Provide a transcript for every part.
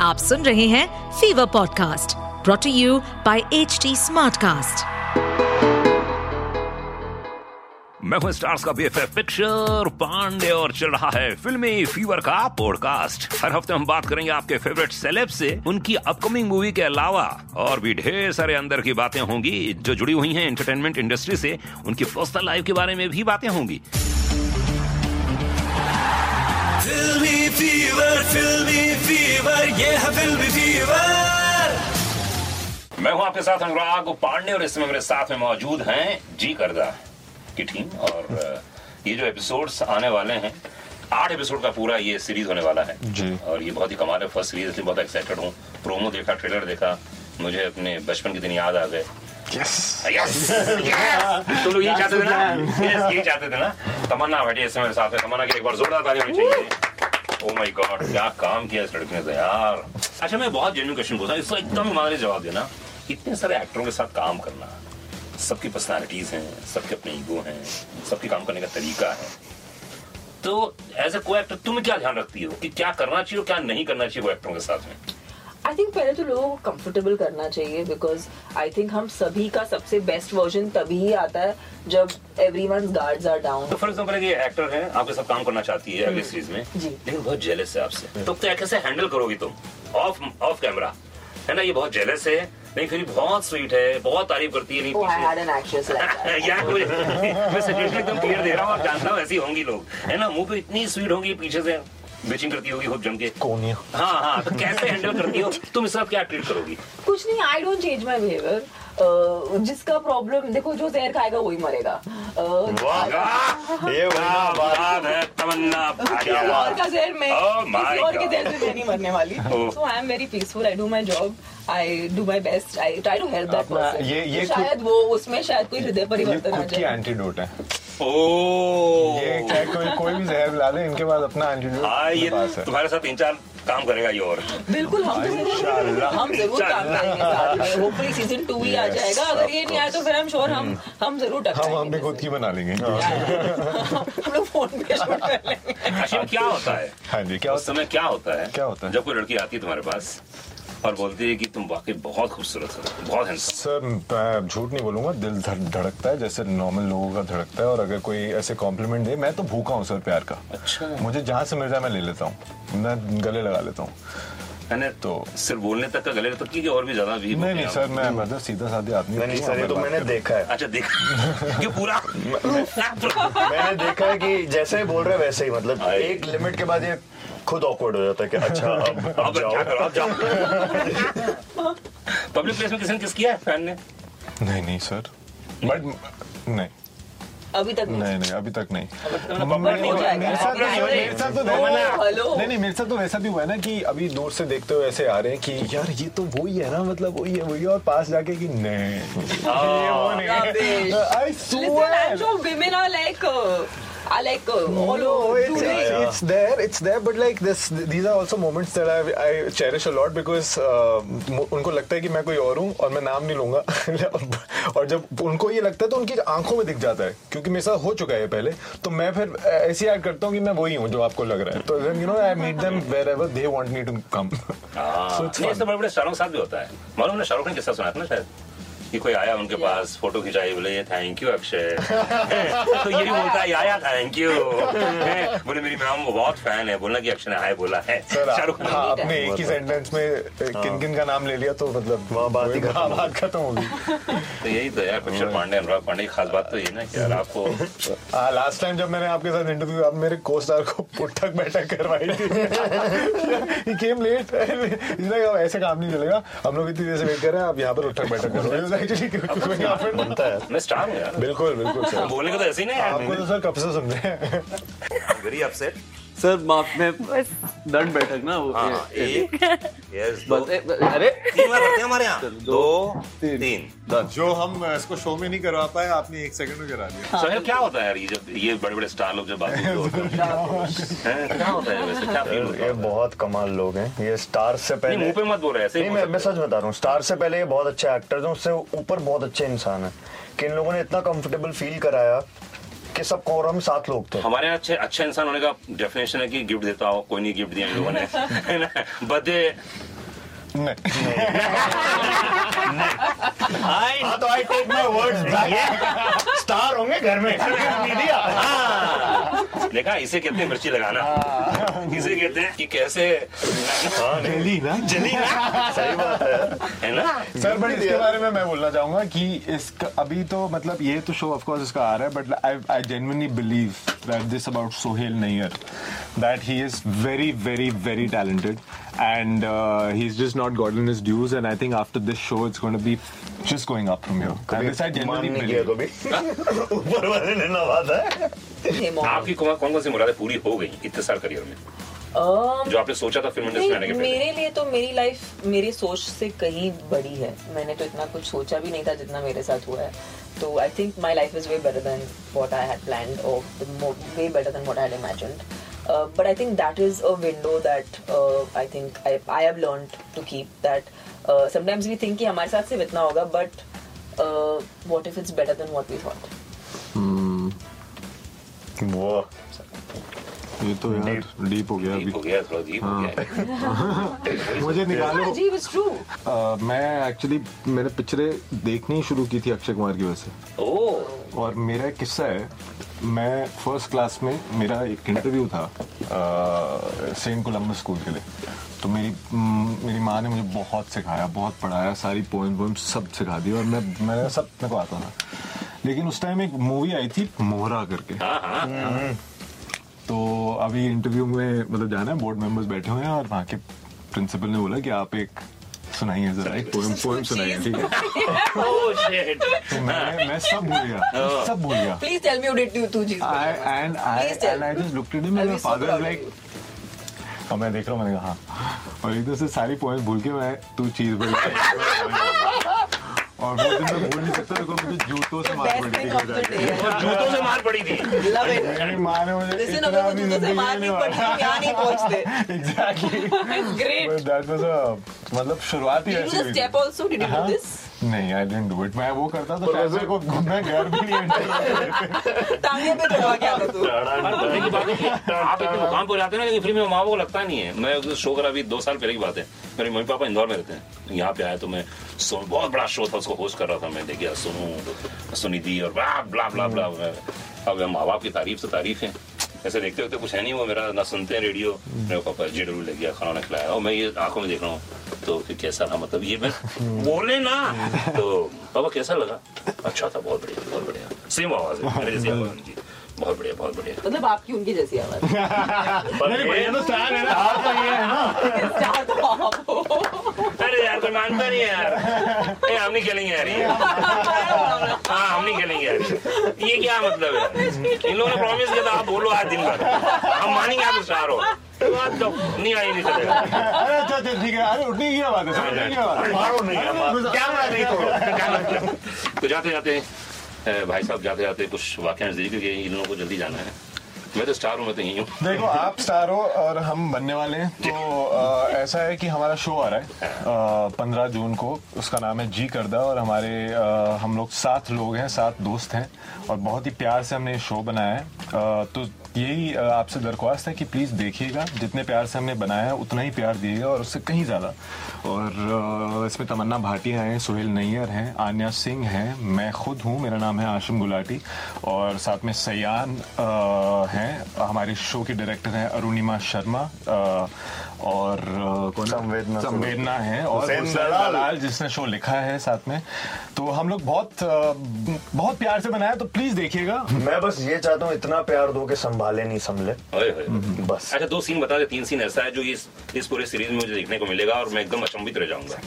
आप सुन रहे हैं fever podcast brought you by H Smartcast mega stars का बीएफएफ पिक्चर पांडे और चल रहा है फिल्मी फीवर का पॉडकास्ट हर हफ्ते हम बात करेंगे आपके फेवरेट सेलेब से उनकी अपकमिंग मूवी के अलावा और भी ढेर सारे अंदर की बातें होंगी जो जुड़ी हुई हैं एंटरटेनमेंट इंडस्ट्री से उनकी पर्सनल लाइफ के बारे में भी बातें होंगी फिल्मी फीवर फिल्मी फीवर ये है फिल्मी फीवर मैं हूं आपके साथ अनुराग पांडे और इसमें मेरे साथ में मौजूद हैं जी करदा की टीम और अ, ये जो एपिसोड्स आने वाले हैं आठ एपिसोड का पूरा ये सीरीज होने वाला है जी। और ये बहुत ही कमाल है फर्स्ट सीरीज इसलिए बहुत एक्साइटेड हूँ प्रोमो देखा ट्रेलर देखा मुझे अपने बचपन के दिन याद आ गए यस Yes! Yes! तुम लोग यही चाहते थे ना Yes, यही चाहते थे ना तमन्ना बैठी है इसमें मेरे साथ में तमन्ना की एक बार जोरदार ताली होनी चाहिए ओ माय गॉड क्या काम किया इस लड़के ने तो यार अच्छा मैं बहुत जेन्यून क्वेश्चन पूछा इसको एकदम ईमान से जवाब देना इतने सारे एक्टरों के साथ काम करना सबकी पर्सनालिटीज हैं सबके अपने ईगो हैं सबके काम करने का तरीका है तो एज ए को एक्टर तुम क्या ध्यान रखती हो कि क्या करना चाहिए और क्या नहीं करना चाहिए वो एक्टरों के साथ में आई थिंक पहले तो लोगों को कंफर्टेबल करना चाहिए बिकॉज आई थिंक हम सभी का सबसे बेस्ट वर्जन तभी ही आता है जब everyone guards are down तो फॉर एग्जाम्पल ये एक्टर है आपके साथ काम करना चाहती है अगली सीरीज में जी। लेकिन बहुत जेलस है आपसे तो क्या कैसे हैंडल करोगी तुम ऑफ ऑफ कैमरा है ना ये बहुत जेलस है नहीं फिर भी बहुत स्वीट है बहुत तारीफ करती है नहीं Oh, I had पीछे an actress like that. यार मुझे मैं सजेशन एकदम क्लियर दे रहा हूँ आप जानता हूँ ऐसी होंगी लोग है ना मुंह पे इतनी स्वीट होंगी पीछे से बिचिंग करती होगी खूब जम के कोनिया हाँ हाँ तो कैसे हैंडल करती हो तुम इस सब क्या ट्रीट करोगी कुछ नहीं I don't change my behaviour Uh, जिसका प्रॉब्लम देखो जो जहर खाएगा वही मरेगा Uh, वाह ये क्या बात है तमन्ना किसी और का जहर मैं Oh my किसी और के God. जहर से मैं नहीं मरने वाली Oh. So I am very peaceful I do my job I do my best I try to help that अपना- ये- ये पर्सन खुद- तो शायद वो उसमें शायद कोई हृदय ये परिवर्तन आ खुद की जाए एंटीडोट है ओ ये चाहे कोई कोई भी जहर ला दे इनके पास अपना एंटीडोट हाँ ये तुम्हारे साथ तीन चार काम करेगा ये और बिल्कुल हम तो जरूर इंशाल्लाह। हम जरूर काम करेंगे होपफुली सीजन टू ही आ Yes, हम्म। जाएगा अगर ये नहीं आया तो फिर हम श्योर हम हम जरूर हम हम भी टकराएंगे खुद की बना लेंगे हम लोग फोन पे शूट कर लेंगे अशिम क्या होता है हाँ जी क्या उस समय क्या होता है क्या होता है? जब कोई लड़की आती है तुम्हारे पास और बोलती है कि तुम वाकई बहुत खूबसूरत हो बहुत हैंडसम सर मैं झूठ नहीं बोलूंगा दिल धड़- धड़कता है जैसे नॉर्मल लोगों का धड़कता है और अगर कोई ऐसे कॉम्प्लीमेंट दे मैं तो भूखा हूँ सर प्यार का अच्छा। मुझे जहाँ से मिल जाए मैं ले लेता हूँ मैं गले लगा लेता हूँ मैंने तो तो- सिर्फ बोलने तक का गले तक की कि और भी ज्यादा भी नहीं नहीं आप- सर मैं मतलब सीधा साधा आदमी नहीं नहीं हूँ, सर ये हमें तो बात मैंने करनी देखा है अच्छा देख ये पूरा मैंने देखा है कि जैसे ही बोल रहे वैसे ही मतलब आए। एक लिमिट के बाद ये खुद ऑकवर्ड हो जाता है कि अच्छा अब अब अब क्या जाओ करो अब जाओ पब्लिक प्लेस में किसी ने किस किया है फैन ने है। नहीं नहीं सर बट नहीं अभी तक नहीं नहीं अभी तक नहीं तो मतलब बबल नहीं हो मेरे- जाएगा। मेरे साथ तो- बबल मेरे साथ तो नहीं नहीं होगा। हेलो। नहीं नहीं मेरे साथ तो वैसा भी हुआ है ना कि अभी दूर से देखते हुए ऐसे आ रहे हैं कि यार ये तो वही है ना मतलब वही है वही है और पास जाके कि नहीं ये वो नहीं Rubbish. I Listen, I'm swear sure women are like, uh, are like, uh, all No, over it's, today. it's, it's there, it's there, but like this, these are also moments that I I cherish a lot because uh, मु- उनको लगता है कि मैं कोई और हूँ और मैं नाम नहीं लूंगा और जब उनको ये लगता है तो उनकी आंखों में दिख जाता है क्योंकि मेरे साथ हो चुका है ये पहले तो मैं फिर ऐसी याद करता हूँ कि मैं वही हूँ जो आपको लग रहा है तो you know I meet them wherever they want me to come हाँ, So it's नहीं, fun. ऐसा बड़े बड़े स्टारों के साथ भी होता है मालूम ना शाहरुख ने किस्सा सुना था ना शायद कि कोई आया उनके पास फोटो खिंचाई बोले थैंक यू अक्षय तो ये भी बोलता है आया थैंक यू बोले मेरी मैम बहुत फैन है बोलना कि अक्षय ने हाय बोला है सर शाहरुख आप- ने हाँ आपने एक ही सेंटेंस में किन किन का नाम ले लिया तो मतलब वहाँ बात ही खत्म हाँ, हो बात खत्म होगी तो यही तो यार हाँ। अक्षर पांडे अनुराग पांडे की खास बात तो ये ना कि यार आपको लास्ट टाइम हाँ, जब मैंने आपके साथ इंटरव्यू आप मेरे को स्टार को पुटक बैठक करवाई थी केम लेट ऐसे काम नहीं चलेगा हम लोग इतनी देर से वेट कर रहे हैं आप यहाँ पर उठक बैठक करो It was actually going happen. बनता है मैं स्टार हूँ यार बिल्कुल बिल्कुल सर बोलने को तो ऐसे ही ना यार आपको तो सर कब से सुन रहे हैं वेरी अपसेट सर माफ में दंड बैठक ना हाँ, हाँ। वो एक ये- यस बस ए- अरे तीन बार करते हैं हमारे यहाँ दो तीन जो हम इसको शो में नहीं करवा पाए आपने एक सेकंड में करा दिया सर क्या होता है यार ये जब ये बड़े बड़े स्टार लोग जब बात करते होते हैं क्या होता है वैसे क्या फील होता ये है बहुत कमाल लोग हैं ये स्टार से नहीं पहले मुंह पे मत बोलो ऐसे ही नहीं मैं मैं सच बता रहा हूँ स्टार से पहले ये बहुत अच्छे एक्टर्स हैं उससे ऊपर बहुत अच्छे इंसान हैं कि इन लोगों ने इतना कंफर्टेबल फील कराया कि सब कोरम सात लोग थे हमारे यहाँ अच्छे अच्छा इंसान होने का डेफिनेशन है कि गिफ्ट देता हो कोई नहीं गिफ्ट दिया इन लोगों ने है ना बर्थडे नहीं आई हाँ तो I take my words back star होंगे घर में हाँ। देखा इसे कहते हैं मिर्ची लगाना हाँ। इसे कहते हैं कि कैसे हाँ, नहीं, डेली ना जली ना सही बात है है ना सर बट इसके बारे में मैं बोलना चाहूंगा कि इसका अभी तो मतलब ये तो शो ऑफ कोर्स इसका आ रहा है but I I genuinely believe that this about Sohail Nayyar that he is very very very talented and he is just not got in his dues and I think after this show it's going to be just going up from here and this I मान genuinely नहीं किया believe कभी ऊपर वाले ने नवाज है हिमोन आपकी कौन कौन सी मुरादें पूरी हो गई इतने साल करियर में Um, जो आपने सोचा था फिल्म इंडस्ट्री में आने के नहीं, पहले मेरे लिए तो मेरी लाइफ मेरे सोच से कहीं बड़ी है मैंने तो इतना कुछ सोचा भी नहीं था जितना मेरे साथ हुआ है तो I think my life is way better than what I had plan और way better than what I had imagined but I think that is a window that I think I have learn to keep that sometimes we think कि हमारे साथ सिर्फ इतना होगा uh, but what if it's better than what we thought वो ये तो यार डीप हो गया डीप हो अभी गया थोड़ा डीप हो हाँ। गया है। मुझे निकालो अजीब इज ट्रू अ, मैं एक्चुअली मैंने पिक्चरें देखनी ही शुरू की थी अक्षय कुमार की वजह से ओह और मेरा एक किस्सा है मैं फर्स्ट क्लास में मेरा एक इंटरव्यू था सेंट कोलम्बस स्कूल के लिए तो मेरी म, मेरी माँ ने मुझे बहुत सिखाया बहुत पढ़ाया सारी पोएम वोम सब सिखा दी और मैं मैंने सब मेरे को आता था लेकिन उस टाइम एक मूवी आई थी मोहरा करके तो अभी इंटरव्यू में मतलब जाना है बोर्ड मेंबर्स बैठे हुए हैं और वहाँ के प्रिंसिपल ने बोला कि आप एक सुनाइए जरा एक पोएम पोएम सुनाइए ठीक है ओह शिट तो मैंने मैं सब भूल गया सब भूल गया please tell me you did to जीत I and I Please tell and I just looked at him I'll and be my so father was proud of like you. और मैं देख रहा हूँ मैंने कहा हाँ और एकदम से सारी पॉइंट भूल के मैं तू चीज बोल और वो दिन मैं भूल नहीं सकता मेरे को मुझे जूतों से मार बेस्ट पड़ी थी थिंग ऑफ द डे जूतों से मार पड़ी थी लव इट मेरी माँ ने मुझे जैसे इतना लोगों को भी जूतों से जिंदगी में मारनी नहीं पड़ती मारा हम यहाँ नहीं पहुँचते exactly great that was a मतलब शुरुआत ही Did you ऐसी do the हुई थी। step also? Did you do हाँ। this? नहीं आई डिडंट डू इट मैं वो करता तो शायद मेरे को मैं घर भी नहीं enter- टांगे पे दबा के आता तू। और बोलने की बात है कि आप इतने मुकाम पर जाते हैं ना लेकिन फिर मेरे माँ को लगता नहीं है मैं उस शो करा अभी दो साल पहले की बात है मेरे मम्मी पापा इंदौर में रहते हैं यहाँ पे आया तो मैं सो बहुत बड़ा शो था उसको होस्ट कर रहा था मैं देखिए सोनू सुनिधि और ब्ला ब्ला ब्ला ब्ला मैं- अब मैं माँ बाप की तारीफ से तारीफ है ऐसे देखते होते कुछ है नहीं वो मेरा ना सुनते हैं रेडियो मेरे पापा जी डब्ल्यू लग गया खाना वाना खिलाया और मैं ये आंखों में देख रहा हूँ तो फिर कैसा रहा मतलब ये मैं बोले ना तो पापा कैसा लगा अच्छा था बहुत बढ़िया बहुत बढ़िया सेम आवाज है मेरे जैसी आवाज है उनकी। बहुत बढ़िया बहुत बढ़िया मतलब आपकी उनकी जैसी आवाज है। नहीं, बढ़िया तो स्टार है ना क्या तो आप हो। अरे यार कोई मानता नहीं है यार ए, हम नहीं खेलेंगे यार ये हाँ हम नहीं खेलेंगे यार ये। ये क्या मतलब है इन लोगों ने प्रॉमिस किया था आप बोलो आज दिन भर हम मानेंगे आप स्टार हो तो आप तो नहीं आई नहीं चलेगा अरे अच्छा अच्छा ठीक है अरे उठने की क्या बात है सर, उठने की क्या बात है मारो नहीं हमारा क्या बात है तो क्या बात है? तो जाते जाते अ, भाई साहब जाते जाते कुछ वाक्यांश जिक्र किए इन लोगों को जल्दी जाना है मैं तो स्टार हूँ मैं तो यही हूँ देखो आप स्टार हो और हम बनने वाले हैं तो अ, ऐसा है कि हमारा शो आ रहा है पंद्रह जून को उसका नाम है जी करदा और हमारे अ, हम लोग सात लोग हैं सात दोस्त हैं और बहुत ही प्यार से हमने ये शो बनाया है अ, तो यही अ, आपसे दरख्वास्त है कि प्लीज़ देखिएगा जितने प्यार से हमने बनाया है उतना ही प्यार दिएगा और उससे कहीं ज़्यादा और अ, इसमें तमन्ना भाटिया हैं सुहेल नैयर हैं आन्या सिंह हैं मैं खुद हूँ मेरा नाम है आशिम गुलाटी और साथ में सयान अ, हैं हमारे शो के डायरेक्टर हैं अरुणिमा शर्मा अ, और अ, कौन है? संवेदना। संवेदना है और हुसैन हुसैन दलाल। दलाल जिसने शो लिखा है साथ में तो हम लोग बहुत अ, बहुत प्यार से बनाया तो प्लीज देखिएगा मैं बस ये चाहता हूँ इतना प्यार दो कि संभाले नहीं संभले ओए होए। बस अच्छा दो सीन बता दे तीन सीन ऐसा है जो इस इस पूरे सीरीज में मुझे देखने को मिलेगा और मैं एकदम अचंभित रह जाऊंगा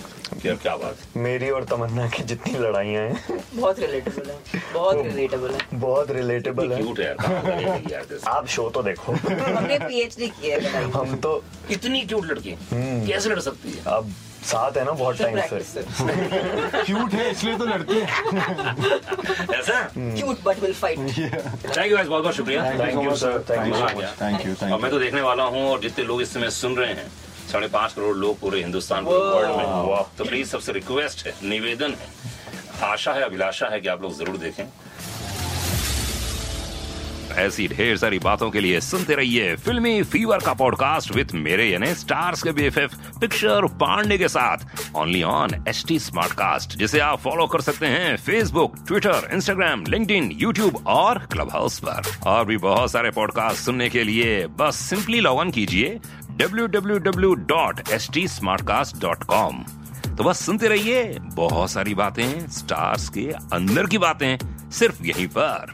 कि यार क्या बात है मेरी और तमन्ना की जितनी लड़ाइयाँ हैं बहुत रिलेटेबल है बहुत रिलेटेबल है बहुत रिलेटेबल है क्यूट है यार, कहाँ लगी लगी यार जैसे। आप शो तो देखो हमने पीएचडी किया है बताइए। हम तो इतनी क्यूट लड़की कैसे लड़ सकती है अब साथ है ना बहुत सब टाइम प्रैक्टिस से से क्यूट है इसलिए तो लड़ते हैं ऐसा cute but will fight thank you बहुत बहुत शुक्रिया thank you sir thank you मजा सो आ मच गया थैंक यू और मैं थैंक यू तो देखने वाला हूँ और जितने लोग इस समय सुन रहे हैं साढ़े पाँच करोड़ लोग पूरे हिंदुस्तान पूरे वर्ल्ड में तो प्लीज सबसे रिक्वेस्ट है निवेदन है आशा है अभिलाषा है कि आप लोग जरूर देखें ऐसी ढेर सारी बातों के लिए सुनते रहिए फिल्मी फीवर का पॉडकास्ट विद मेरे यानी स्टार्स के बीएफएफ पिक्चर पांडे के साथ only on H T Smartcast जिसे आप फॉलो कर सकते हैं Facebook Twitter Instagram LinkedIn YouTube और क्लब हाउस पर और भी बहुत सारे पॉडकास्ट सुनने के लिए बस सिंपली लॉग ऑन कीजिए www.stsmartcast.com तो बस सुनते रहिए बहुत सारी बातें स्टार्स के अंदर की बातें सिर्फ यहीं पर